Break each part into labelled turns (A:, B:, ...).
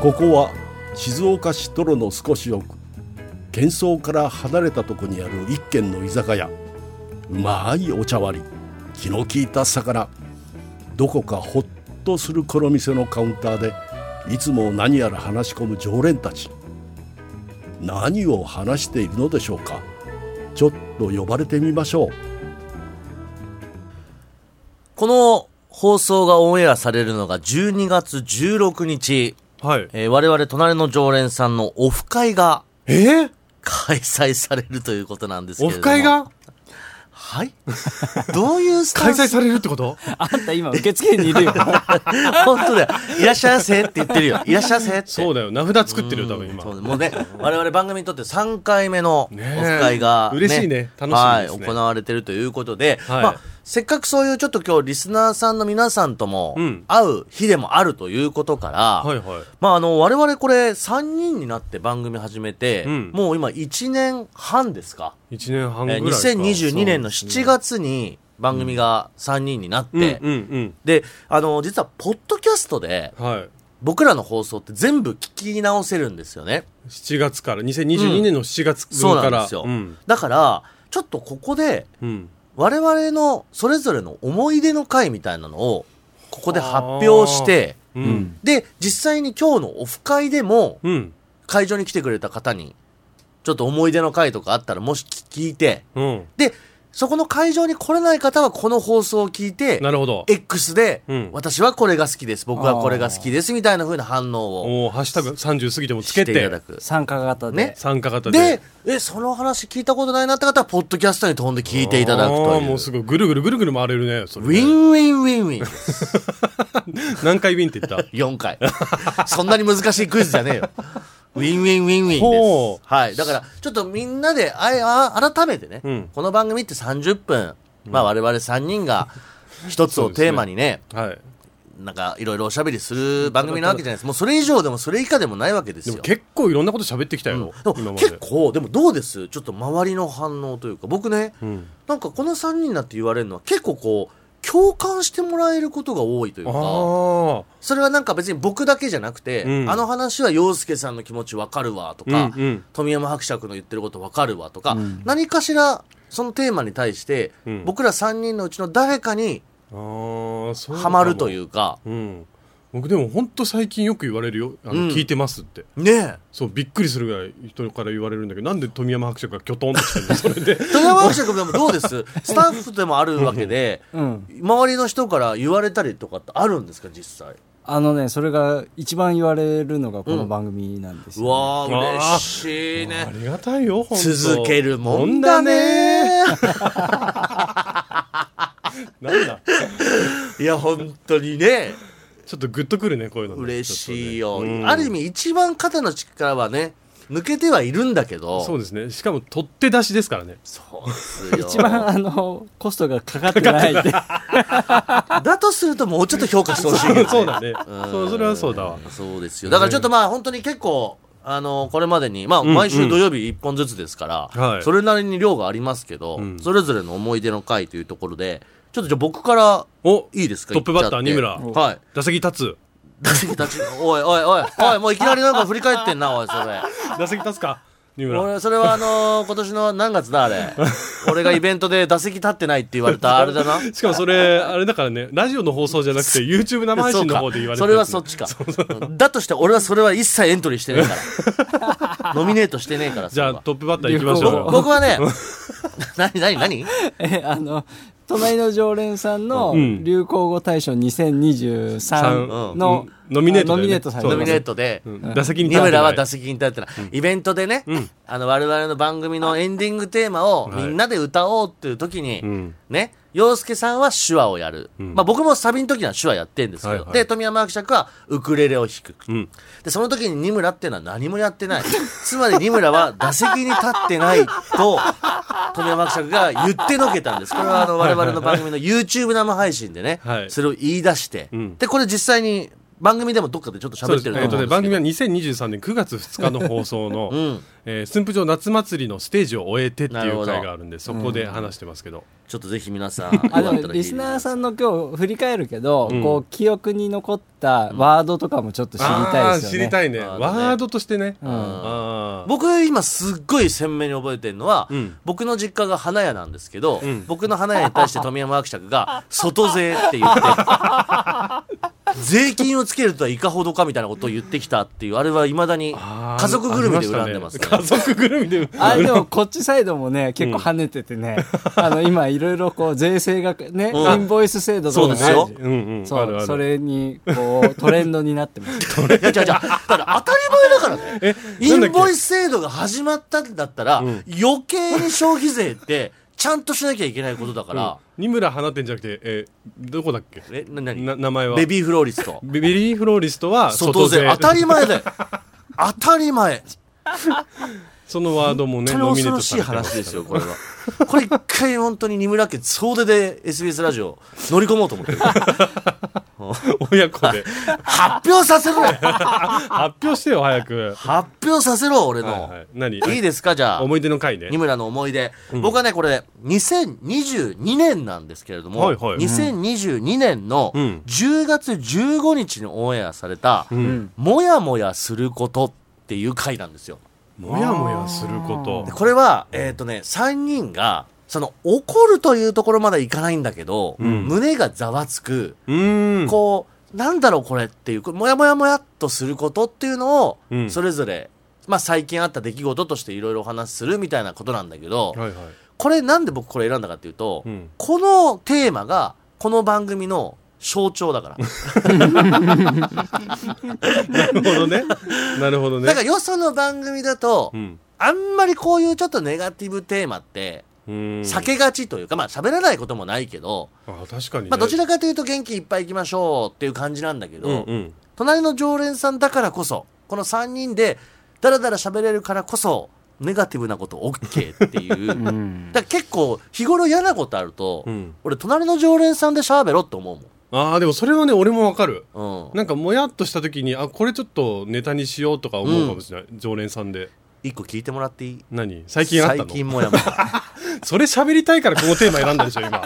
A: ここは静岡市泥の少し奥喧騒から離れたとこにある一軒の居酒屋うまいお茶割り気の利いた魚どこかほっとするこの店のカウンターでいつも何やら話し込む常連たち何を話しているのでしょうかちょっと呼ばれてみましょう
B: この放送がオンエアされるのが12月16日、
C: はい。
B: えー我々隣の常連さんのオフ会が
C: えー、
B: 開催されるということなんですけ
C: オ
B: れども。
C: フ会が
B: はい どういうスタ
C: 開
B: ンス
C: 催されるってこと
D: あんた今受付に いるよ。
B: 本当だよ。いらっしゃいませって言ってる よ。いらっしゃいませって。
C: そうだよ。名札作ってるよ、多分今
B: そ。うもうね、我々番組にとって3回目のオフ会が、
C: ねえ嬉しいね楽しみですね
B: はい、行われてるということで、
C: はい
B: まあ、せっかくそういうちょっと今日リスナーさんの皆さんとも
C: うん
B: 会う日でもあるということから、
C: はいはい。
B: まあ、あの、我々これ3人になって番組始めて、
C: うん
B: もう今1年半ですか。
C: 1年半ぐ
B: え
C: らい
B: ー
C: か。
B: 2022年の7月に番組が3人になって、
C: うんうん
B: で、あの、実は、ポッドキャストで、
C: うん。はい。
B: 僕らの放送って全部聞き直せるんですよね。
C: 7月から、2022年の7月分
B: そう
C: か
B: なん
C: ら。
B: ですよ。
C: ん
B: だから、ちょっとここで、
C: うん。
B: 我々のそれぞれの思い出の回みたいなのを、ここで発表して、
C: うん。
B: で、実際に今日のオフ会でも、
C: うん。
B: 会場に来てくれた方に、ちょっと思い出の回とかあったら、もし聞いて、
C: うん。
B: で、そこの会場に来れない方は、この放送を聞いて、
C: なるほど。
B: X で、
C: うん
B: 私はこれが好きです、僕はこれが好きです、みたいな風な反応を
C: おおハッシュタグ30過ぎてもつ
B: して
C: け
B: いた
C: て
B: だ、く。
D: 参加型で。
B: ね
C: 参加型で
B: で。、え、その話聞いたことないなって方は、ポッドキャストに飛んで聞いていただく
C: あ
B: と
C: ー
B: い
C: も
B: う。
C: うすごい。ぐるぐるぐるぐる回れるね。それ
B: ウ
C: ね
B: ィンウィンウィンウィン。
C: 何回ウィンって言った
B: 4回。 そんなに難しいクイズじゃねえよ。ウィンウィンウィンウィンで
C: ほ
B: す。はい。だから、ちょっとみんなで、あいあ改めてね、
C: うん
B: この番組って30分、まあ我々3人が一つをテーマにね、
C: はい。
B: なんかいろいろおしゃべりする番組なわけじゃないです。もうそれ以上でもそれ以下でもないわけです
C: でも
B: よ。
C: 結構いろんなこと喋ってきた
B: うん
C: よ。
B: で
C: 今
B: も
C: ま
B: 結
C: で。
B: 構、でもどうですちょっと周りの反応というか、僕ね、
C: ん
B: なんかこの3人だって言われるのは結構こう、共感してもらえることが多いという
C: あ
B: か、
C: あ。
B: それはなんか別に僕だけじゃなくて、
C: うん
B: あの話は洋介さんの気持ちわかるわとか、
C: うんうん
B: 富山伯爵の言ってることわかるわとか、何かしらそのテーマに対して、
C: うん
B: 僕ら3人のうちの誰かに
C: あーそう
B: ハマるといううか、
C: かも、うん、僕でも本当最近よく言われるよ「あの
B: うん
C: 聞いてます」って
B: ね
C: そうびっくりするぐらい人から言われるんだけどなんで富山伯爵がきょとんとしてるの それで
B: え富山伯爵でもどうです スタッフでもあるわけで、
D: うん。
B: 周りの人から言われたりとかってあるんですか実際
D: あのね、それが一番言われるのがこの番組なんです
B: う
D: よ、
B: わ
C: うわ
B: ー
C: ー
B: 嬉しい
C: あ
B: ね
C: りがたいよ本当
B: 続けるもんだね
C: なんだ
B: いや本当にね
C: ちょっとグッとくるねこういうのね
B: 嬉しい
C: ち
B: よ、
C: ょっとねうん
B: ある意味一番肩の力はね抜けてはいるんだけど
C: そうですねしかも取って出しですからね
B: そうですよ
D: 一番あの、コストがかかってないで。
B: だとするともうちょっと評価してほしいけど、ね、
C: そうだね
B: ん
C: そうそれは そうだわ
B: そうですよだからちょっとまあ本当に結構あのこれまでに、まあ、毎週土曜日1本ずつですから、
C: はい
B: それなりに量がありますけど、
C: ん
B: それぞれの思い出の回というところでちょっとじゃあ僕から
C: お
B: いいですか
C: トップバッター
B: 言っちゃっ
C: 二
B: て
C: 村
B: はい
C: 打席立つ
B: 打席立ちおいおいおいおいもういきなりなんか振り返ってんなおいそれ
C: 打席立つか二村
B: 俺それはあのー今年の何月だあ れ俺がイベントで打席立ってないって言われたあれだな
C: しかもそれあれだからねラジオの放送じゃなくて YouTube 生配
B: そう
C: 信の
B: か
C: 方で言われて
B: それはそっちかだとして俺はそれは一切エントリーしてねえから ノミネートしてねえから
C: じゃあ
B: それは
C: トップバッター行きましょう
B: 僕は ね何何何
D: え、あの、隣の常連さんの
C: ん
D: 流行語大賞2023の、
C: うんノミネートだよね
D: ノミネートされ
C: そう
B: ノ
D: て
B: ミ
D: ま
B: ネ
D: す
B: ートで
C: うん打席に
B: 二
C: 立ってない
B: 村は打席に立ってない、イベントでね、あの我々の番組のエンディングテーマを
C: はい
B: みんなで歌おうっていう時に、
C: ん
B: ね洋介さんは手話をやる、まあ、僕もサビの時には手話やってんですけど、
C: はいはい
B: で富山伯爵はウクレレを弾く、
C: ん
B: でその時に二村っていうのは何もやってない つまり二村は打席に立ってないと富山伯爵が言ってのけたんですこれはあの我々の番組の YouTube 生配信でね、
C: はい
B: それを言い出して、
C: ん
B: でこれ実際に番組でもどっかでちょっと
C: そう
B: 喋
C: で
B: って
C: す
B: る
C: え
B: と
C: っ
B: 思
C: と
B: う
C: ね、
B: んです
C: 番
B: けど、
C: 組は2023年9月2日の放送の、
B: うん、
C: えー駿府城夏祭りのステージを終えてって
B: ないるほ
C: う
B: ど
C: 回があるんでそこで話してますけど、
B: ちょっとぜひ皆さんよかった
D: あ
B: ら聞
D: で
B: い
D: も
B: て
D: リスナーさんの今日振り返るけど、
C: うん
D: こう記憶に残ったワードとかもちょっと知りたいですよね。
C: あー知りたいね
B: あーね
C: ワードとしてね、
D: うん
C: あー
B: 僕今すっごい鮮明に覚えてるのは、
C: うん
B: 僕の実家が花屋なんですけど、
C: ん
B: 僕の花屋に対して富山伯爵が「 外税」って言って税金をつけるとはいかほどかみたいなことを言ってきたっていうあれはいまだに
C: あー
B: 家族ぐるみで恨んでますね
C: ありしたね家族ぐるみで
D: あれでもこっちサイドもね、結構跳ねててね、あの今いろいろこう税制がね、
B: うん
D: インボイス制度と
B: そう
D: か
B: ですよ
C: うんうん
D: そう
C: あるある
D: それにこうトレンドになってます。
B: いや違う違うだから当たり前だからね
C: え
B: インボイ
C: ス
B: ス制度が始まったんだったら、
C: ん
B: 余計に消費税ってちゃんとしなきゃいけないことだから、
C: 二村花店じゃなくて、えーどこだっけ
B: えな何
C: な名前は
B: ベビーフローリスト
C: ベビリーフローリストは
B: 外
C: 外
B: 税
C: 税
B: 当たり前だよ当たり 前
C: そのワードもね
B: 本
C: ノ
B: 当
C: ミ
B: に恐
C: ネー
B: ろ
C: ト
B: し
C: さ
B: い
C: れてま
B: 話
C: す
B: ですよこれはこれ一回本当に二村家総出で SBS ラジオ乗り込もうと思ってる
C: 親子 で
B: 発表させろよ
C: 発表してよ早く
B: 発表させろ俺の、
C: はいはい何
B: い、いですかじゃあ
C: 思い出の回ね
B: 二村の思い出、僕はねこれ2022年なんですけれども、
C: はいはい
B: 2022年の
C: うん
B: 10月15日にオンエアされた
C: う
D: うんん
B: 「もやもやすること」っていう回なんですよ
C: もやもやすること
B: でこれは、えっ、とね、3人が、その、怒るというところまでいかないんだけど、
C: ん
B: 胸がざわつく、
C: うーん
B: こう、なんだろうこれっていう、こうもやもやもやっとすることっていうのを、
C: うん
B: それぞれ、まあ最近あった出来事としていろいろお話しするみたいなことなんだけど、
C: はいはい
B: これなんで僕これ選んだかっていうと、
C: うん
B: このテーマが、この番組の象徴 だから。
C: なるほどねなるほどね
B: だからよその番組だと
C: う、ん
B: あんまりこういうちょっとネガティブテーマって、
C: うーん
B: 避けがちというか、まあ喋らないこともないけど、
C: あ確かにね
B: まあ、どちらかというと元気いっぱい行きましょうっていう感じなんだけど、
C: うんうん
B: 隣の常連さんだからこそこの3人でだらだら喋れるからこそネガティブなこと OK っていうだから結構日頃嫌なことあると、
C: うん
B: 俺隣の常連さんで喋ろって思う
C: ああでもそれはね俺もわかる
B: もん、うん、
C: なんかもやっとした時にあこれちょっとネタにしようとか思うかもしれない、常連さんで
B: 一個聞いてもらっていい
C: 何最近あったの
B: 最近もや もや
C: それ喋りたいからこのテーマ選んだでしょ 今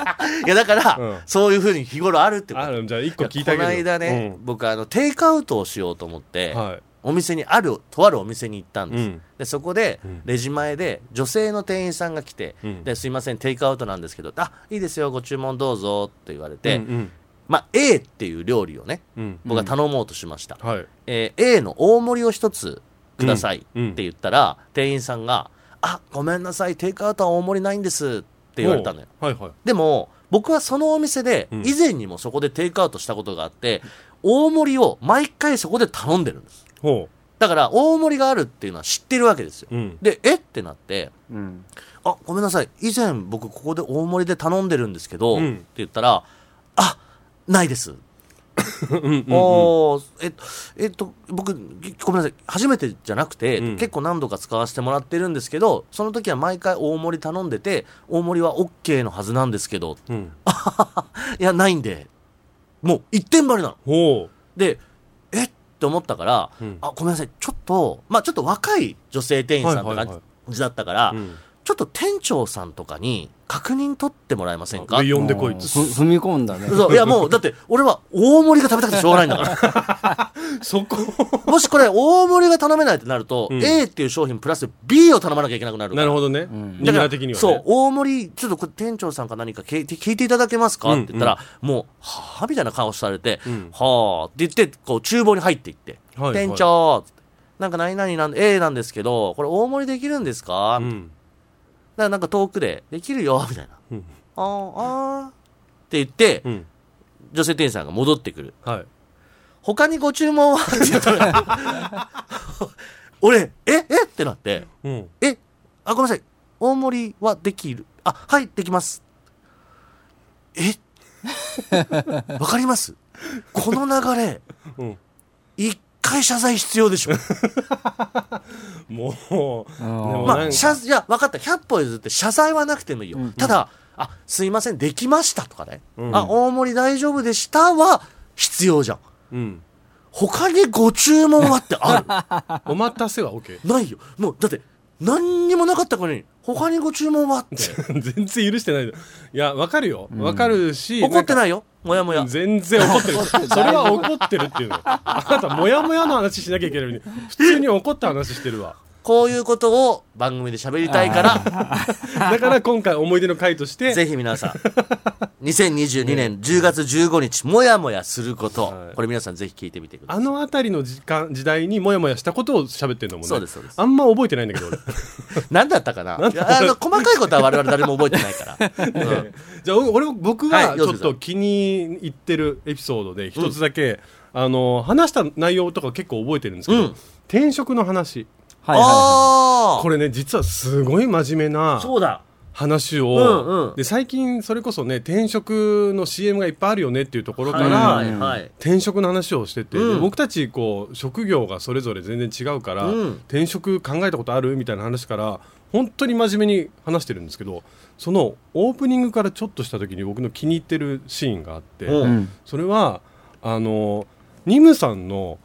B: いやだから、
C: うん
B: そういうふうに日頃あるってこと
C: あじゃあ一個聞い
B: こ
C: てあ
B: の
C: げる
B: 間ね、僕あのテイクアウトをしようと思って、
C: うんはい
B: お店にあるとあるお店に行ったんです、
C: うん
B: でそこで
C: ん
B: レジ前で女性の店員さんが来て「
C: うん
B: ですいませんテイクアウトなんですけどあいいですよご注文どうぞ」って言われて、
C: うんうん
B: まあ、A っていう料理をね
C: うん
B: 僕は頼もうとしました、
C: はい
B: えー A の大盛りを一つくださいって
C: うんうん
B: 言ったら、店員さんが「あごめんなさいテイクアウトは大盛りないんです」って言われたのよ
C: おうはいはい
B: でも僕はそのお店で
C: うん
B: 以前にもそこでテイクアウトしたことがあって、大盛りを毎回そこで頼んでるんです
C: ほ
B: だから大盛りがあるっていうのは知ってるわけですよ
C: ううん
B: でえってなって
D: うん
B: あごめんなさい以前僕ここで大盛りで頼んでるんですけど、
C: うん
B: って言ったらあないです
C: うんうん
B: おーえっとえっと僕ぎごめんなさい初めてじゃなくて、
C: うん
B: 結構何度か使わせてもらってるんですけどその時は毎回大盛り頼んでて大盛りは OK のはずなんですけど
C: うん
B: いやないんでもう一点張りなの
C: ほ
B: でえって思ったから、
C: うん
B: あごめんなさいちょっとまあちょっと若い女性店員さんって
C: はいはいは
B: 感
C: い
B: じだったから、
C: ううん
B: ちょっと店長さんとかに確認取ってもらえませんか
C: 呼んでこい
D: あ
C: っ
D: ー
C: つ
D: ふ踏み込んだね。
B: そういやもうだって俺は大盛りが食べたくてしょうがないんだか
C: そこ
B: らもしこれ大盛りが頼めないってなると、
C: うん
B: A っていう商品プラス B を頼まなきゃいけなくなるから
C: なるほどね
D: ん
C: 二村的にはね
B: そう大盛りちょっとこれ店長さんか何か聞いて聞いていただけますか、
C: うん
B: って言ったらもうはあみたいな顔されて、
C: うん
B: はあって言ってこう厨房に入っていって、
C: はいはい
B: 店長なんか何々なん A なんですけどこれ大盛りできるんですか、
C: う
B: だか
C: ん
B: らなんか遠くでできるよみたいな、
C: うん
B: あーあーって言って、
C: うん
B: 女性店員さんが戻ってくる。
C: はい
B: 他にご注文はって言ったら、俺、ええってなって、
C: うん
B: えあ、ごめんなさい。大盛りはできる。あ、はい、できます。えわかりますこの流れ、
C: うん
B: 一回謝罪必要でしょ。
C: もう
D: あ
C: で
D: ー
C: も
B: ま
C: な
B: あ、
C: んか
B: 謝、いや、分かった。100歩譲って謝罪はなくてもいいよ。ただ、あ、すいません、できましたとかね。
C: うん
B: あ、大盛り大丈夫でしたは必要じゃん。
C: うん
B: 他にご注文はってあ
C: お待たせは OK
B: るないよもうだって何にもなかった子に他にご注文はって
C: 全然許してないいやわかるよわかるし、
B: 怒って
C: い
B: ないよもやもや
C: 全然怒ってるそれは怒ってるっていうのあなたモヤモヤの話しなきゃいけないのに普通に怒った話してるわ
B: こういうことを番組で喋りたい から
C: だから今回思い出の回として
B: ぜひ皆さん2022年10月15日もやもやすること、
C: はい
B: これ皆さんぜひ聞いてみてください
C: あの辺りの時間時代にモヤモヤしたことを喋ってるのもんね
B: そうですそうです
C: あんま覚えてないんだけど俺
B: 何だったかなあの細かいことは我々誰も覚えてない から、うん
C: じゃあ俺も僕
B: は
C: が
B: い
C: ち
B: 洋
C: ょっ
B: 介さ
C: と
B: ん
C: 気に入ってるエピソードで一つだけ、あの話した内容とか結構覚えてるんですけど、
B: うん
C: 転職の話
D: はいは
B: ああ
C: これね実はすごい真面目な
B: そうだ
C: 話を、
B: うんうん
C: で最近それこそね転職の CM がいっぱいあるよねっていうところから、
B: はいはいはい
C: 転職の話をしてて、で
B: うん
C: 僕たちこう職業がそれぞれ全然違うから、
B: うん
C: 転職考えたことあるみたいな話から本当に真面目に話してるんですけどそのオープニングからちょっとした時に僕の気に入ってるシーンがあって、
B: う
D: いはい。うん。
C: それはあのニムさんの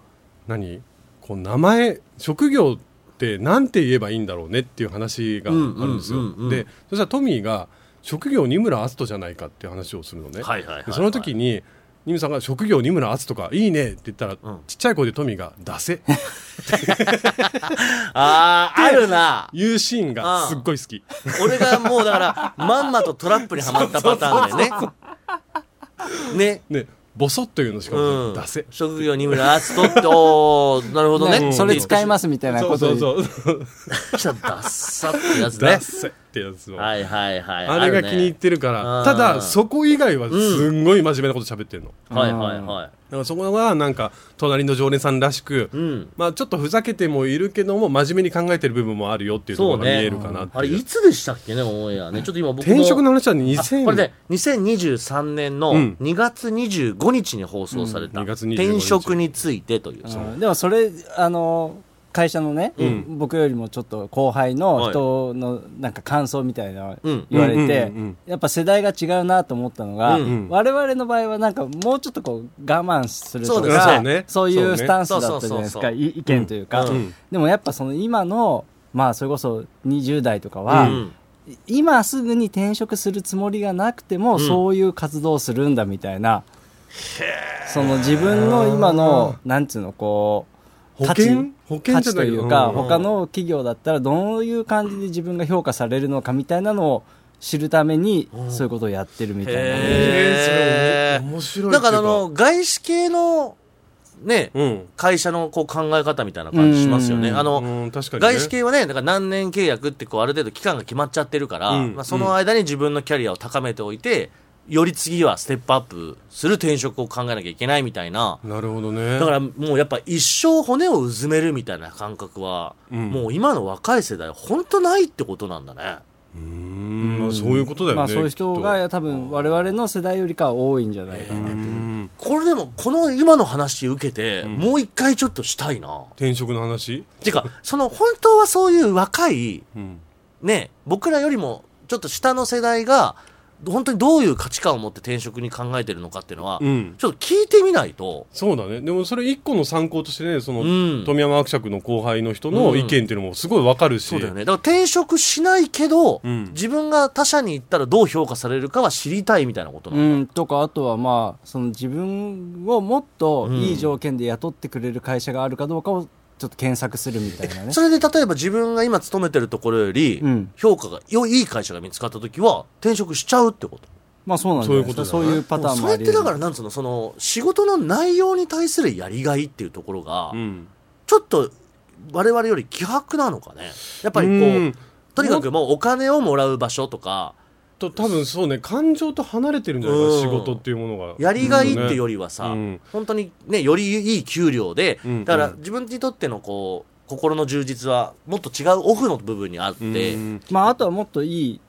C: 何こう名前職業ってなんて言えばいいんだろうねっていう話があるんですよ。
B: うんうんうんうん
C: でそしたらトミーが職業二村篤人じゃないかっていう話をするのね。
B: はいはいはいはい
C: でその時にニムさんが「職業二村篤人かいいね」って言ったら、
B: うん
C: ちっちゃい声でトミーが「出せ」
B: あああるな
C: いうシーン
B: ああ
C: がすっごい好き。
B: 俺がもうだ からまんまとトラップにはまったパターンだよねね
C: ねボソッというのしか
B: う
C: も
B: ん
C: 出せ。
B: 職業に村篤人っておーなるほどね
D: ねそれ使いますみたいな
C: そ
D: こ
C: うそ
D: と
C: う
D: で。
C: そう
B: じゃダッサってやつね
C: 出せってやつを。
B: はいはいはい
C: あれが気に入ってるか
B: あ
C: ら、
B: ー
C: ただそこ以外はすんごい真面目なこと喋ってるの、
B: るねはいはいはい
C: だからそこはなんか隣の常連さんらしく、
B: うん
C: まあちょっとふざけてもいるけども真面目に考えてる部分もあるよっていうところが見えるかなって
B: あれ
C: いう
B: いつでしたっけねオンエアねちょっと今僕も
C: 転職の話は
B: あ
C: 2000
B: これね2023年の
C: うん
B: 2月25日に放送された
C: うん2月25日
B: 転職についてという
D: うんでもそれ、あの、会社のね、
C: ん
D: 僕よりもちょっと後輩の人のなんか感想みたいな
B: うん
D: 言われて、
C: うんうんうんうん
D: やっぱ世代が違うなと思ったのが、
B: うん
C: うん
D: 我々の場合はなんかもうちょっとこう我慢すると
B: そうです
D: か
C: そうね
D: そうい
C: そう
D: う
C: ね
D: スタンスだったじゃないです
B: そうそ
D: か、
B: うそうそう
D: い意見というか、
B: うん
D: でもやっぱその今のまあそれこそ20代とか
B: う
D: は、
B: ん
D: 今すぐに転職するつもりがなくても、そういう活動をするんだみたいなその自分の今のなんつうのこう
C: 保
D: 価値
C: 険保険
D: 価
C: じゃ
D: 値
C: な
D: と
C: い
D: い
C: けど
D: うか、
C: うん
D: 他の企業だったらどういう感じで自分が評価されるのかみたいなのを知るためにそういうことをやってるみたいな、
B: へー
C: えーそれ面白いって
B: ないん
C: う
B: かあの外資系のね
C: うん
B: 会社のこう考え方みたいな感じしますよね
D: うん
B: あの
C: うん確かにね
B: 外資系はねだから何年契約ってこうある程度期間が決まっちゃってるから、
C: うん
B: まあ、その間に自分のキャリアを高めておいてより次はステップアップする転職を考えなきゃいけないみたいな
C: なるほどね
B: だからもうやっぱ一生骨をうずめるみたいな感覚は、
C: うん
B: もう今の若い世代は本当ないってことなんだね。
C: うーんまあそういうことだよね
D: まあ、そういう人
C: きっ
D: が多分我々の世代よりかは多いんじゃない
C: と
D: か
C: う
D: な、
C: ん
B: これでもこの今の話受けて、もう一回ちょっとしたいな。
C: 転職の話
B: てかその本当はそういう若い
C: うん
B: ね僕らよりもちょっと下の世代が本当にどういう価値観を持って転職に考えてるのかっていうのは、
C: うん
B: ちょっと聞いてみないと。
C: そうだねでもそれ一個の参考としてねその、
B: うん
C: 富山伯爵の後輩の人の意見っていうのもすごいわかるし、
B: そうだよね。だから転職しないけど、
C: うん
B: 自分が他社に行ったらどう評価されるかは知りたいみたいなことな
D: う
B: の。
D: ん、とかあとはまあその自分をもっといい条件で雇ってくれる会社があるかどうかをちょっと検索するみたいなね
B: それで例えば自分が今勤めてるところより
D: うん
B: 評価が良いいい会社が見つかった時は転職しちゃうってこと
D: まあそうなんじゃないですか
C: そ
D: そうう
C: いうことだね
D: いうパターン
B: そ
D: もあ
B: れっ
D: り
B: て
D: 得
B: だ
D: る
B: からなんつうのその仕事の内容に対するやりがいっていうところが
C: うん
B: ちょっと我々より希薄なのかねやっぱりこう、
C: うん
B: とにかくもうお金をもらう場所とか
C: と多分そうね感情と離れてるんじゃないかな、
B: うん
C: 仕事っていうものが
B: やりがいってよりはさ、
C: うん
B: 本当にねよりいい給料で、
C: うん
B: だか
C: う
B: ら自分にとってのこう心の充実はもっと違うオフの部分にあって、
C: うん
D: まあ、あとはもっといい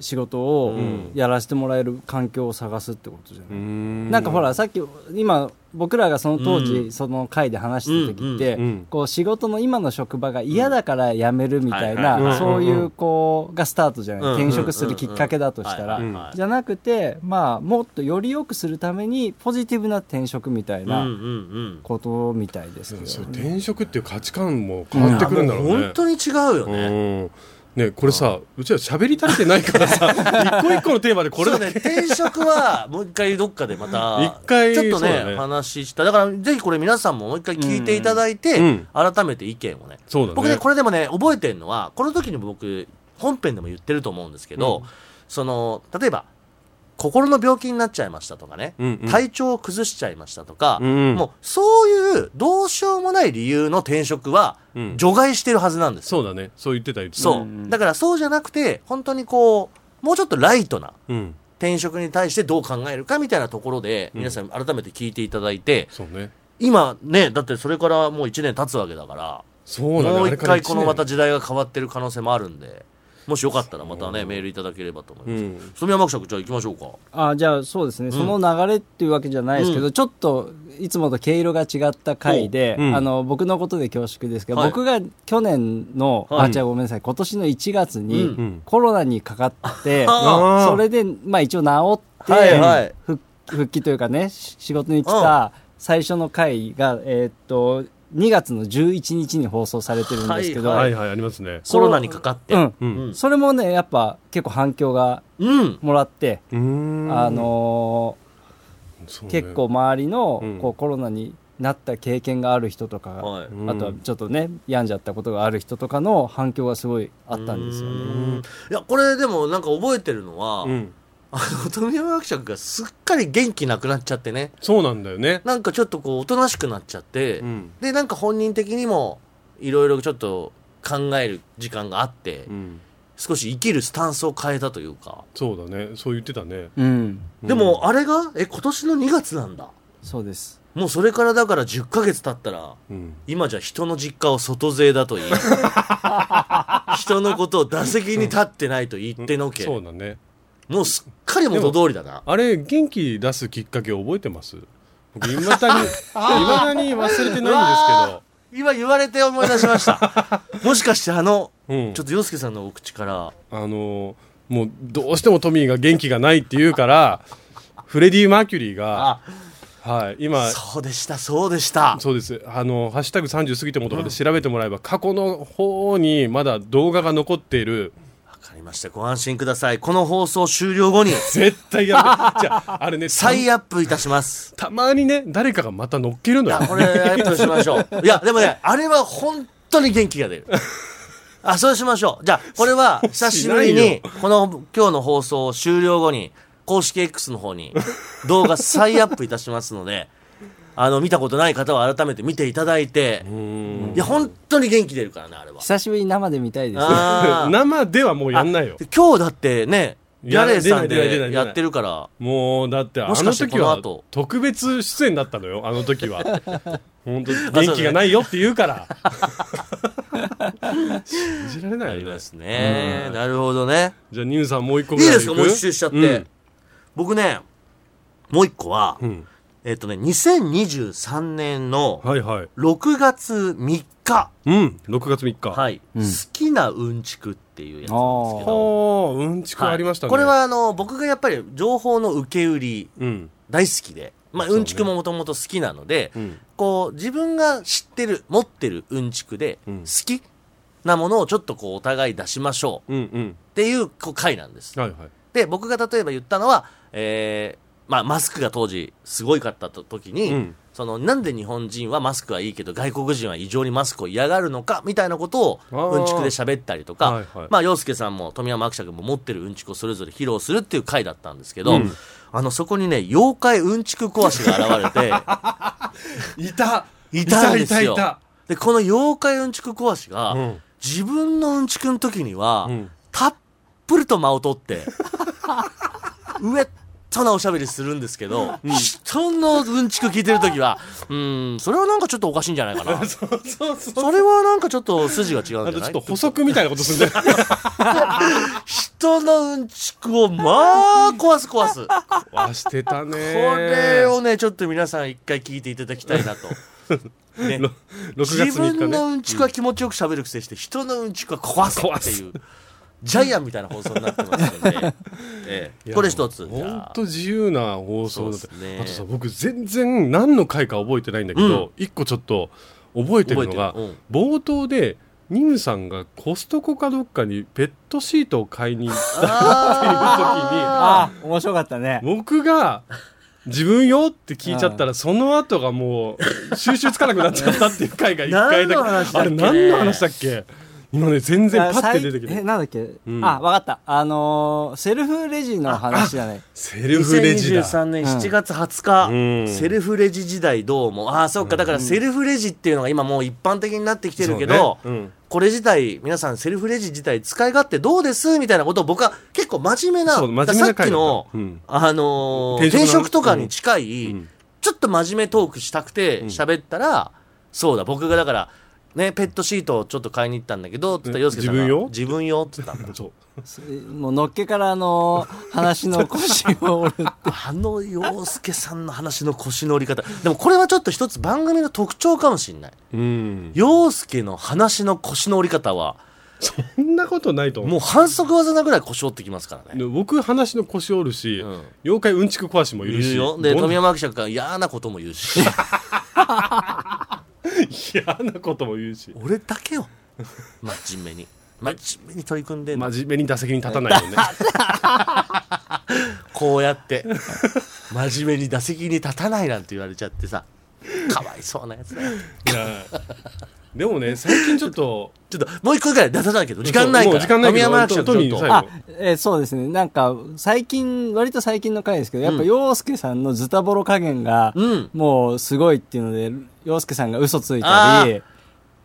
D: 仕事を
C: ん
D: やらせてもらえる環境を探すってことじゃない、
C: ん
D: なんかほらさっき今僕らがその当時、
B: うん
D: その回で話してた時って、
C: うんうん
D: こう仕事の今の職場が嫌だから辞めるみたいな、
B: うん
C: はいはい
D: そういう子がスタートじゃない、
B: うん
D: 転職するきっかけだとしたら、
B: うんうんうんはいはいはい
D: じゃなくてまあもっとより良くするためにポジティブな転職みたい
B: うん
D: な
B: うん
D: ことみたいですけど、
C: そう転職っていう価値観も変わってくるんだろうね、
B: うん本当に違うよね、
C: うんねこれさうちら喋り足りてないからさ一個一個のテーマでこれ
B: そう
C: だ
B: ね、
C: け
B: 転職はもう一回どっかでまた
C: 一回
B: ちょっと
C: そう
B: ね
C: だね
B: 話しただからぜひこれ皆さんももう一回聞いていただいて、
C: うん
B: 改めて意見をね
C: そうだね
B: 僕ねこれでもね覚えてるのはこの時にも僕本編でも言ってると思うんですけど、その例えば心の病気になっちゃいましたとかね、
C: うんうん
B: 体調を崩しちゃいましたとか、
C: うんうん
B: もうそういうどうしようもない理由の転職は
C: うん
B: 除外してるはずなんですよ
C: そうだねそう言ってた言ってた
B: そう、
D: うん
B: だからそうじゃなくて本当にこうもうちょっとライトな
C: うん
B: 転職に対してどう考えるかみたいなところで、皆さん改めて聞いていただいて、
C: そうね
B: 今ね、だってそれからもう1年経つわけだから、
C: そうだね
B: もう
C: あれ
B: 一
C: から
B: 回
C: 一
B: こ
C: 年
B: のまた時代が変わってる可能性もあるんで、もしよかったらまたね、メールいただければと思います。
C: うん
B: 富山伯爵、じゃあ行きましょうか。
D: あじゃあそうですね、その流れっていうわけじゃないですけど、ちょっといつもと毛色が違った回で、
C: うん
D: あの僕のことで恐縮ですけど、
B: はい
D: 僕が去年の、
B: はい
D: あじゃあごめんなさい今年の1月に、
B: うん
C: うん
D: コロナにかか って
C: あー
D: それで、まあ、一応治って、
B: はいはい
D: 復復帰というかねし仕事に来た最初の回が、えーっと2月の11日に放送されてるんですけど、
C: はいはいありますね
B: コロナにかかって。
D: うん
C: う
B: うん
C: ん
D: それもねやっぱ結構反響が
B: うん。
D: もらって、
C: うーん
D: あのー
C: そうね
D: 結構周りの
C: うん
D: こうコロナになった経験がある人とか、
B: はい。
C: うん
D: あとはちょっとね病んじゃったことがある人とかの反響がすごいあったんですよ
B: う
D: ね。
B: んいや、これでもなんか覚えてるのは、
C: うん
B: あの、富山伯爵がすっかり元気なくなっちゃってね、
C: そうなんだよね
B: なんかちょっとこう、おとなしくなっちゃって、
C: うん
B: でなんか本人的にもいろいろちょっと考える時間があって、
C: うん
B: 少し生きるスタンスを変えたというか、
C: そうだねそう言ってたね
D: うん、
B: でもあれがえ今年の2月なんだ
D: そうです。
B: もうそれからだから10ヶ月経ったら
C: うん
B: 今じゃ人の実家を外勢だと 言い人のことを打席に立ってないと言ってのけ、
C: そうだね
B: もうすっかり元通りだな
C: あれ元気出すきっかけ覚えてます僕いまだにいまだに忘れてないんです
B: 今言われて思い出しました もしかしてあの、
C: けど、うん、
B: ちょっと洋介さんのお口から
C: あのーもうどうしてもトミーが元気がないって言うからフレディ・マーキュリーが、はい、今
B: そうでしたそうでした
C: そうですあの「ハッシュタグ #30 過ぎても」とかで調べてもらえば、過去の方にまだ動画が残っている
B: わかりました。ご安心ください。この放送終了後に
C: 絶 対やめてじゃああれねた
B: 再アップいたし ます。
C: たまにね誰かがまた乗っけるのよ
B: あ、これアップしましょう。いや、でもね、あれは本当に元気が出る。あ、そうしましょう。じゃあ、これは久しぶり
C: しない
B: に、この今日の放送終了後に、公式 X の方に動画再アップいたしますので、あの、見たことない方は改めて見ていただいて、いや、本当に元気出るからね、あれは。
D: 久しぶりに生で見たいです。
B: あー
C: 生ではもうやんないよ
B: で今日だってね、
C: い
B: ギャ
C: や
B: レーさん
C: 出ない出ない
B: で
C: 出ない
B: やってるから、
C: もうだってあ
B: もしか
C: の
B: してこ
C: 時
B: の
C: は
B: 後
C: 特別出演だったのよあの時 は本当元気がないよって言うから信じられな
B: あ
C: い
B: り
C: よね
B: ますね。なるほどね。
C: じゃあニムさんもう一個
B: い
C: ぐ
B: い
C: らい
B: で
C: い
B: す
C: く
B: かもう一周しちゃって、
C: うん
B: 僕ねもう一個は、
C: うん
B: えっ、とね2023年の
C: はいはい
B: 6月3日、
C: うん6月3日
B: はい好きなうんちくっていうやつなんですけど
C: はあうんちく
B: はい
C: ありましたね
B: これはあの僕がやっぱり情報の受け売り
C: うん
B: 大好きで、まあ、
C: そうね
B: うんちくももともと好きなので、
C: うん
B: こう自分が知ってる持ってるうんちくで
C: うん
B: 好きなものをちょっとこうお互い出しましょう
C: うんうん
B: っていうこう回なんです
C: はいはい
B: で、僕が例えば言ったのは、えーまあ、マスクが当時すごいかったと時に、
C: うん
B: その、なんで日本人はマスクはいいけど外国人は異常にマスクを嫌がるのか、みたいなこと
C: あー
B: を、うんちくで喋ったりとか、
C: はいはい
B: まあ、洋介さんも富山伯爵も持ってるうんちくをそれぞれ披露するっていう回だったんですけど、
C: うん
B: あの、そこにね、妖怪うんちく壊しが現れて、
C: いた
B: いたんですよ
C: いた
B: で、この妖怪うんちく壊しが、
C: うん
B: 自分のうんちくの時には、
C: うん
B: たっぷりと間を取って、ウエットなおしゃべりするんですけど、人のうんちく聞いてる時は、うーん、それはなんかちょっとおかしいんじゃないかな。
C: そうそうそう
B: それはなんかちょっと筋が違うん
C: あ
B: じ
C: と
B: ゃな
C: ちょ
B: い
C: っと補足みたいなことするんだよ
B: ひ人のうんちくをまあ壊す壊すこ
C: わしてたね
B: れをねちょっと皆さん一回聞いていただきたいなと、ね、
C: ろ6月
B: 自
C: 3日
B: 分
C: ね
B: のうんちくは気持ちよく喋るくせして人のうんちくは壊すっていうジャイアンみたいな放送になってますので、ええこれ一つじゃ
C: 本
B: あ
C: 当自由な放送だっ
B: そ
C: た、
B: うですね
C: あとさ僕全然何の回か覚えてないんだけど、一個ちょっと覚えてるのが、
B: 覚えてる
C: 冒頭でニムさんがコストコかどっかにペットシートを買いに行った
B: あ
D: あ面白かったね
C: 僕が自分よって聞いちゃったらその後がもう収集つかなくなっちゃったっていう回が一回だ
B: 何の話
C: け
B: だっけ
C: あれ
B: ね
C: 何の話だっけ今ね全然パッて出てき
D: あさいえ
C: て
D: なんだっけ、
C: ん
D: あわかったあのーセルフレジの話だね
C: セルフレジだ
B: 2023年
D: うん
B: 7月20日、
C: うん
B: セルフレジ時代どうもああそっかだからセルフレジっていうのが今もう一般的になってきてるけど、
C: そうねうん
B: これ自体皆さんセルフレジ自体使い勝手どうですみたいなことを僕は結構真面目な
C: そう真面目な
B: だからさっきの、
C: 回だったうん
B: あのー
C: 転職の
B: 転職とかに近い、
C: ん
B: ちょっと真面目トークしたくて喋ったら、そうだ僕がだからね、ペットシートをちょっと買いに行ったんだけどって言ったら洋介さんが
C: 自分よ
B: 自分よって言ったんだ
C: そう
D: すもうのっけからあのー話の腰を折るって
B: あの洋介さんの話の腰の折り方でもこれはちょっと一つ番組の特徴かもしれない
C: うん
B: 洋介の話の腰の折り方は
C: そんなことないと思う
B: もう反則技なぐらい腰折ってきますからね
C: で僕話の腰折るし、
B: ん
C: 妖怪うんちく壊しもい
B: い
C: るし
B: るよで
C: どん
B: 富山記者が嫌なことも言うし
C: 嫌なことも言うし
B: 俺だけよ真面目に真面目に取り組んでんの
C: 真面目に打席に立 たないよね
B: こうやって真面目に打席に立たないなんて言われちゃってさかわいそうなやつだよ
C: いやでもね最近ちょっと
B: ちょっともう一個ぐらい出さないけ ど時間ないか
C: も
B: ら
C: う時間ない
B: 富
C: けど
B: 山記者とちょっ
C: ト
B: と
C: トミー
D: あ、えーそうですねなんか最近割と最近の回ですけどやっぱ洋介さんのズタボロ加減が、
B: うん
D: もうすごいっていうので洋介さんが嘘つい
B: あ
D: たり
B: ー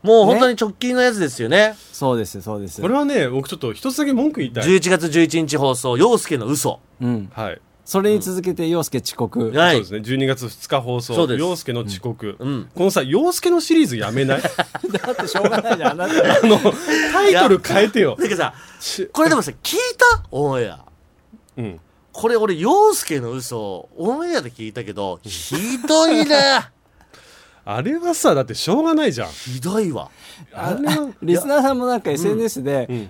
B: もう本当に直近のやつですよね
D: そうですそうです
C: これはね僕ちょっと一つだけ文句言いたい、
B: 11月11日放送陽介の嘘
D: うん、
C: はい
D: それに続けて洋介遅刻、
B: は
C: そう
B: い
C: ですね12月2日放
B: そう
C: 送
B: です
C: 陽介の遅刻、
B: ん
C: このさ陽介のシリーズやめない あ
D: だってしょうがないじゃんあなた
C: のタイトル変えてよ
B: だけどさ
C: し
B: これでもさ聞いたオンエア
C: うん
B: これ俺陽介の嘘オンエアで聞いたけどひどいね
C: あれはさだってしょうがないじゃん
B: ひどいわ
C: あれは
D: リスナーさんもなんか SNS で、
C: ん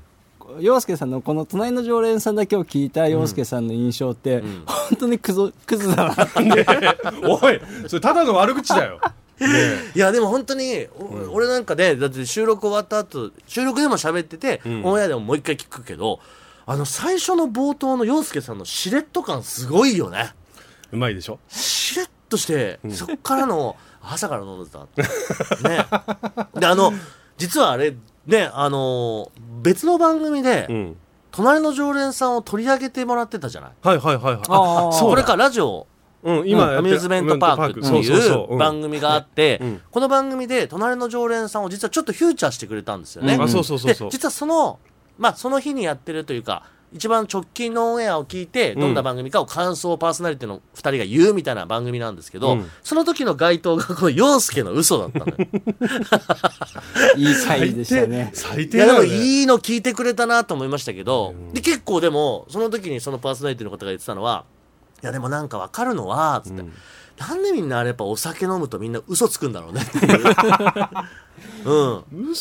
D: 洋介さんのこの隣の常連さんだけを聞いた洋介さんの印象って、本当にクズクズだなって
C: ねえ おいそれただの悪口だよ、ねえ
B: いやでも本当に、お俺なんかねだって収録終わった後収録でも喋ってて、
C: ん
B: オンエアでももう一回聞くけどあの最初の冒頭の洋介さんのしれっと感すごいよね
C: うまいでしょ
B: しれっとして、そっからの朝から飲んでたねであの実はあれねあの別の番組で、
C: うん
B: 隣の常連さんを取り上げてもらってたじゃない
C: はいはいはいはい
D: あー
C: そう
B: こ
C: だ
B: れかラジオ
C: うん、今や
B: ア
C: って
B: ミ
C: る、
B: ューズメントパークって
C: そうそうそ
B: いうう
C: うん
B: 番組があって
C: うん、
B: この番組で隣の常連さんを実はちょっとフューチャーしてくれたんですよね。
C: うんあそうそうそうそう
B: で実はその、まあその日にやってるというか、一番直近のオンエアを聞いて、どんな番組かを感想をパーソナリティの二人が言うみたいな番組なんですけど、
C: うん
B: その時の該当がこの陽介の嘘だったの よ。
D: いい回でしたね
C: 最
B: い
C: 低
B: やで
C: だ
B: も
C: よ、ね、
B: いいの聞いてくれたなと思いましたけど、で結構でもその時にそのパーソナリティの方が言ってたのはいやでもなんかわかるのはつって、なんでみんなあれやっぱお酒飲むとみんな嘘つくんだろうねって いううん、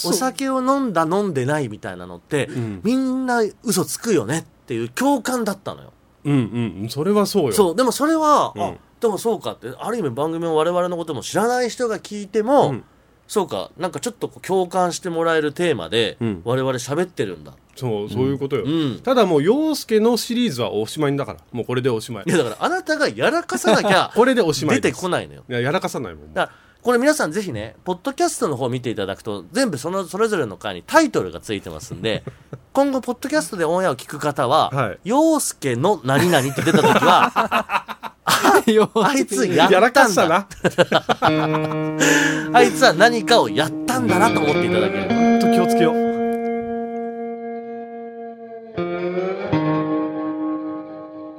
B: お
C: 嘘
B: 酒を飲んだ飲んでないみたいなのって、
C: ん
B: みんな嘘つくよねっていう共感だったのよ
C: うんうんそれはそうよ
B: そうでもそれは、
C: うん
B: あでもそうかってある意味番組を我々のことも知らない人が聞いても、
C: うん
B: そうかなんかちょっとこう共感してもらえるテーマで、
C: うん
B: 我々喋ってるんだ
C: そうそういうことよ、
B: うん
C: ただもう陽介のシリーズはおしまいだからもうこれでおしまい
B: いやだからあなたがやらかさなきゃ
C: これでおしまい
B: 出
C: で
B: て
C: す
B: こないのよ
C: いややらかさないもんもう
B: だからこれ皆さんぜひねポッドキャストの方見ていただくと全部そのそれぞれの回にタイトルがついてますん で今後ポッドキャストでオンエアを聞く方は
C: はい
B: 陽介の何々」って出た時は
D: 洋介
B: あいつや
C: や
B: っ
C: ら
B: た
C: か
B: ん
C: した
B: だ
C: な
B: あいつは何かをやったんだなと思っていただければ
C: ほんと気をつけよう
B: 二村敦人です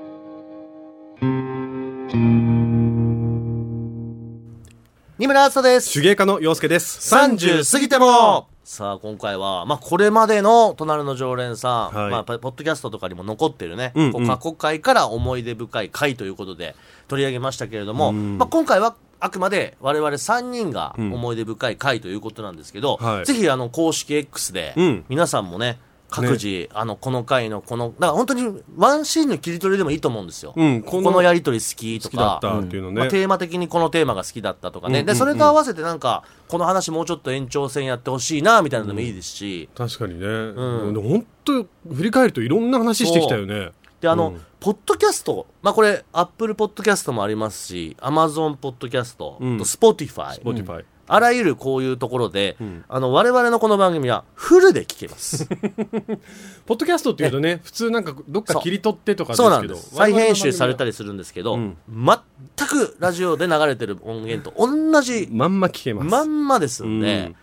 C: 手芸家の陽介です
B: 30過ぎてもさあ今回は、まあ、これまでの隣の常連さん、
C: はい
B: まあ、ポッドキャストとかにも残ってるね、
C: うんうん
B: こう過去回から思い出深い回ということで取り上げましたけれども、まあ、今回はあくまで我々3人が思い出深い回ということなんですけど、
C: はい
B: ぜひあの公式 X で
C: うん
B: 皆さんもね各自、あのこの回のこのだから本当にワンシーンの切り取りでもいいと思うんですよ、
C: うん
B: こ
C: こ
B: の
C: の
B: やり取り好きと
C: 好きだ
B: か
C: ったっていうのね、
B: まあ、テーマ的にこのテーマが好きだったとかね、
C: うんうんう
B: で
C: ん
B: それと合わせてなんかこの話もうちょっと延長戦やってほしいなみたいなのでもいいですし、
C: 確かにね、
B: うん
C: でも本当振り返るといろんな話してきたよね
B: であの、
C: うん
B: ポッドキャスト、まあ、これアップルポッドキャストもありますしアマゾンポッドキャスト
C: うん
B: とスポティファイ、
C: Spotify、
B: あらゆるこういうところで、
C: ん
B: あの我々のこの番組はフルで聞けます
C: ポッドキャストっていうとね普通なんかどっか切り取ってとか ですけ
B: そう
C: ど
B: なんです再編集された
C: り
B: りするんですけど、
C: うん
B: 全くラジオで流れてる音源と同じ
C: まんま聞けます、
B: まんまですんで、
C: うん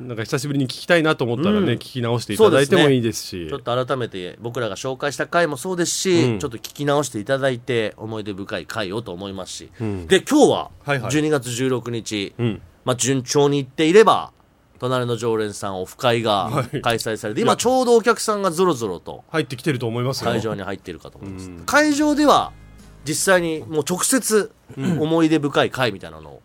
C: なんか久しぶりに聞きたいなと思った
B: う
C: らね、
B: ん
C: 聞き直していただいて
B: そうです
C: も
B: ね
C: いいですし
B: ちょっと改めて僕らが紹介した回もそうですし、
C: うん
B: ちょっと聞き直していただいて思い出深い回をと思いますし、
C: ん
B: で今日は
C: はいはい
B: 12月16日、
C: うん
B: まあ、順調にいっていれば隣の常連さんオフ会が
C: はい
B: 開催されて、今ちょうどお客さんがぞろぞろと
C: 入ってきてると思いますよ
B: 会場に入っているかと思います、
C: うん
B: 会場では実際にもう直接思い出深い回みたいなのを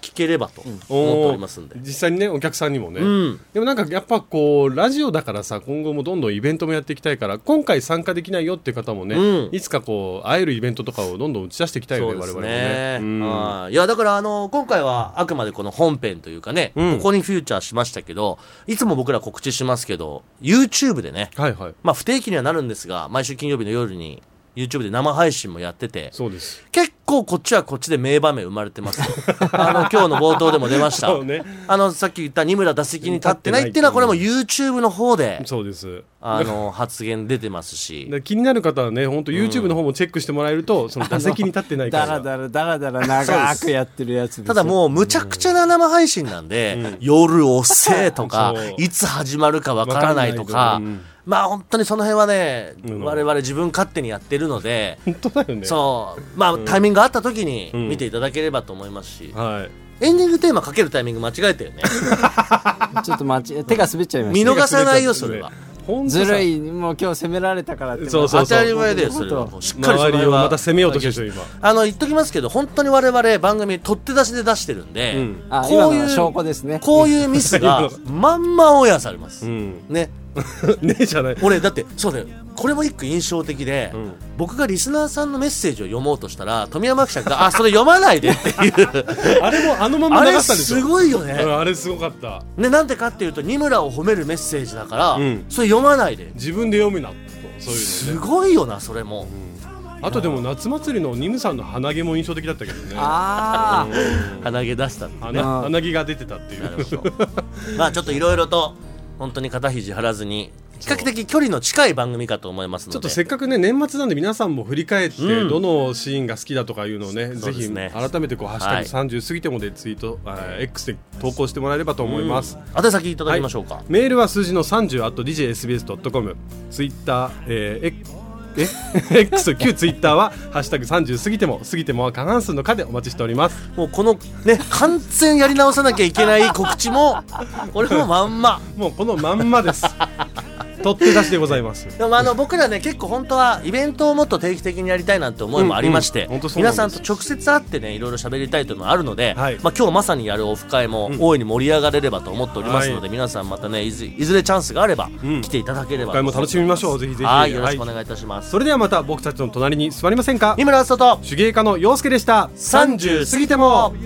B: 聞ければと思っておりますんで、
C: おー実際にねお客さんにもね、
B: うん
C: でもなんかやっぱこうラジオだからさ今後もどんどんイベントもやっていきたいから今回参加できないよっていう方もね、
B: うん
C: いつかこう会えるイベントとかをどんどん打ち出していきたいよね
B: そうです
C: 我々もね
B: ね。
C: うん
B: はいいや、だから、あの、今回はあくまでこの本編というかね、
C: うん
B: ここにフューチャーしましたけど、いつも僕ら告知しますけど、YouTube でね、
C: はいはい
B: まあ不定期にはなるんですが、毎週金曜日の夜に YouTube で生配信もやってて、
C: そうです
B: 結構こっちはこっちで名場面生まれて ますよ。あの、今日の冒頭でも出ました。
C: そうね
B: あの、さっき言った二村打席に立ってないっていうのは、これも YouTube の方で、
C: そうです
B: あの、発言出てますし。
C: で気になる方はね本当 YouTube の方もチェックしてもらえると、その打席に立ってないか
D: だ
C: ら
D: らだらだらだら長くやってるやつですよ
B: ただもうむちゃくちゃな生配信なんで、夜遅えとか
C: そう、
B: いつ始まるかわからないと
C: わ
B: か、
C: かんないとか
B: まあ本当にその辺はね、
C: うん
B: 我々自分勝手にやってるので、
C: 本当だよね
B: そう、まあタイミングがあった時に見ていただければと思いますし、
C: はい
B: エンディングテーマかけるタイミング間違え たよね。
D: ちょっと待ち手が滑っちゃいま
B: 見
D: し
B: 逃さないよ、それは。
C: 本
D: た
C: 当さ
D: ずるいもう今日攻められたからって
C: そうそう
B: 当
C: そう
B: たり前だよ、それは。しっかりそ
C: 周
B: れ
C: り
B: は
C: をまた攻めようとしてるでしょ
B: あの、言っときますけど、本当に我々番組取って出しで出してるんで、
C: うん
D: あ
B: こ
D: 今
B: う
D: の
B: いう
D: は証拠ですね
B: こういうミス がまんまオンエアされます。
C: 今うん
B: ね。
C: ねえじゃない
B: 俺だってそうだよこれも一句印象的で、
C: ん
B: 僕がリスナーさんのメッセージを読もうとしたら富山記者が「あそれ読まないで」っていう
C: あれもあのま
B: あ
C: ま流
B: れ
C: したんでしょ
B: すごいよ
C: う
B: ね
C: んあれすごかった
B: ねなんでかっていうと二村を褒めるメッセージだから、
C: うん
B: それ読まないで
C: 自分で読むなとそういう
B: す
C: のね
B: ごいよなそれも、
C: あとでも夏祭りのニムさんの鼻毛も印象的だったけどね
D: ああ
B: 鼻毛出したって
C: 鼻
D: あー
C: 鼻毛が出てたってい
B: な
C: う
B: るほどまあちょっといろいろと本当に肩肘張らずに比較的距離の近い番組かと思いますので
C: ちょっとせっかくね年末なんで皆さんも振り返って
B: うん
C: どのシーンが好きだとかいうのをね、
B: そ
C: ぜ
B: うです
C: ひ
B: ね
C: 改めてこう「ハッシュタグ #30 過ぎても」でツイート、あー X で投稿してもらえればと思います、
B: うん宛先いただきましょうか、
C: メールは数字の30 at djsbs.com ツイッター、えー、え え X 旧ツイッターは「ハッシュタグ #30 過ぎても過ぎても」は過半数の「か」でお待ちしております
B: もうこのね完全やり直さなきゃいけない告知 もこれもまんま
C: もうこのまんまです取って出しでございます
B: でもあの僕らね結構本当はイベントをもっと定期的にやりたいなんて思いもありまして、
C: うんうん本当そうなん
B: 皆
C: です
B: さんと直接会ってねいろいろ喋りたいというのもあるので、
C: はい
B: まあ、今日まさにやるオフ会も大いに盛り上がれればと思っておりますので、
C: はい
B: 皆さんまたねいずいずれチャンスがあれば
C: うん
B: 来ていただければ
C: 今回も楽しみましょうぜひぜひ
B: はいよろしくお願いいたします、
C: それではまた僕たちの隣に座りませんか
B: 三村敦人と
C: 手芸家の陽介でした
B: 30過ぎても
D: 「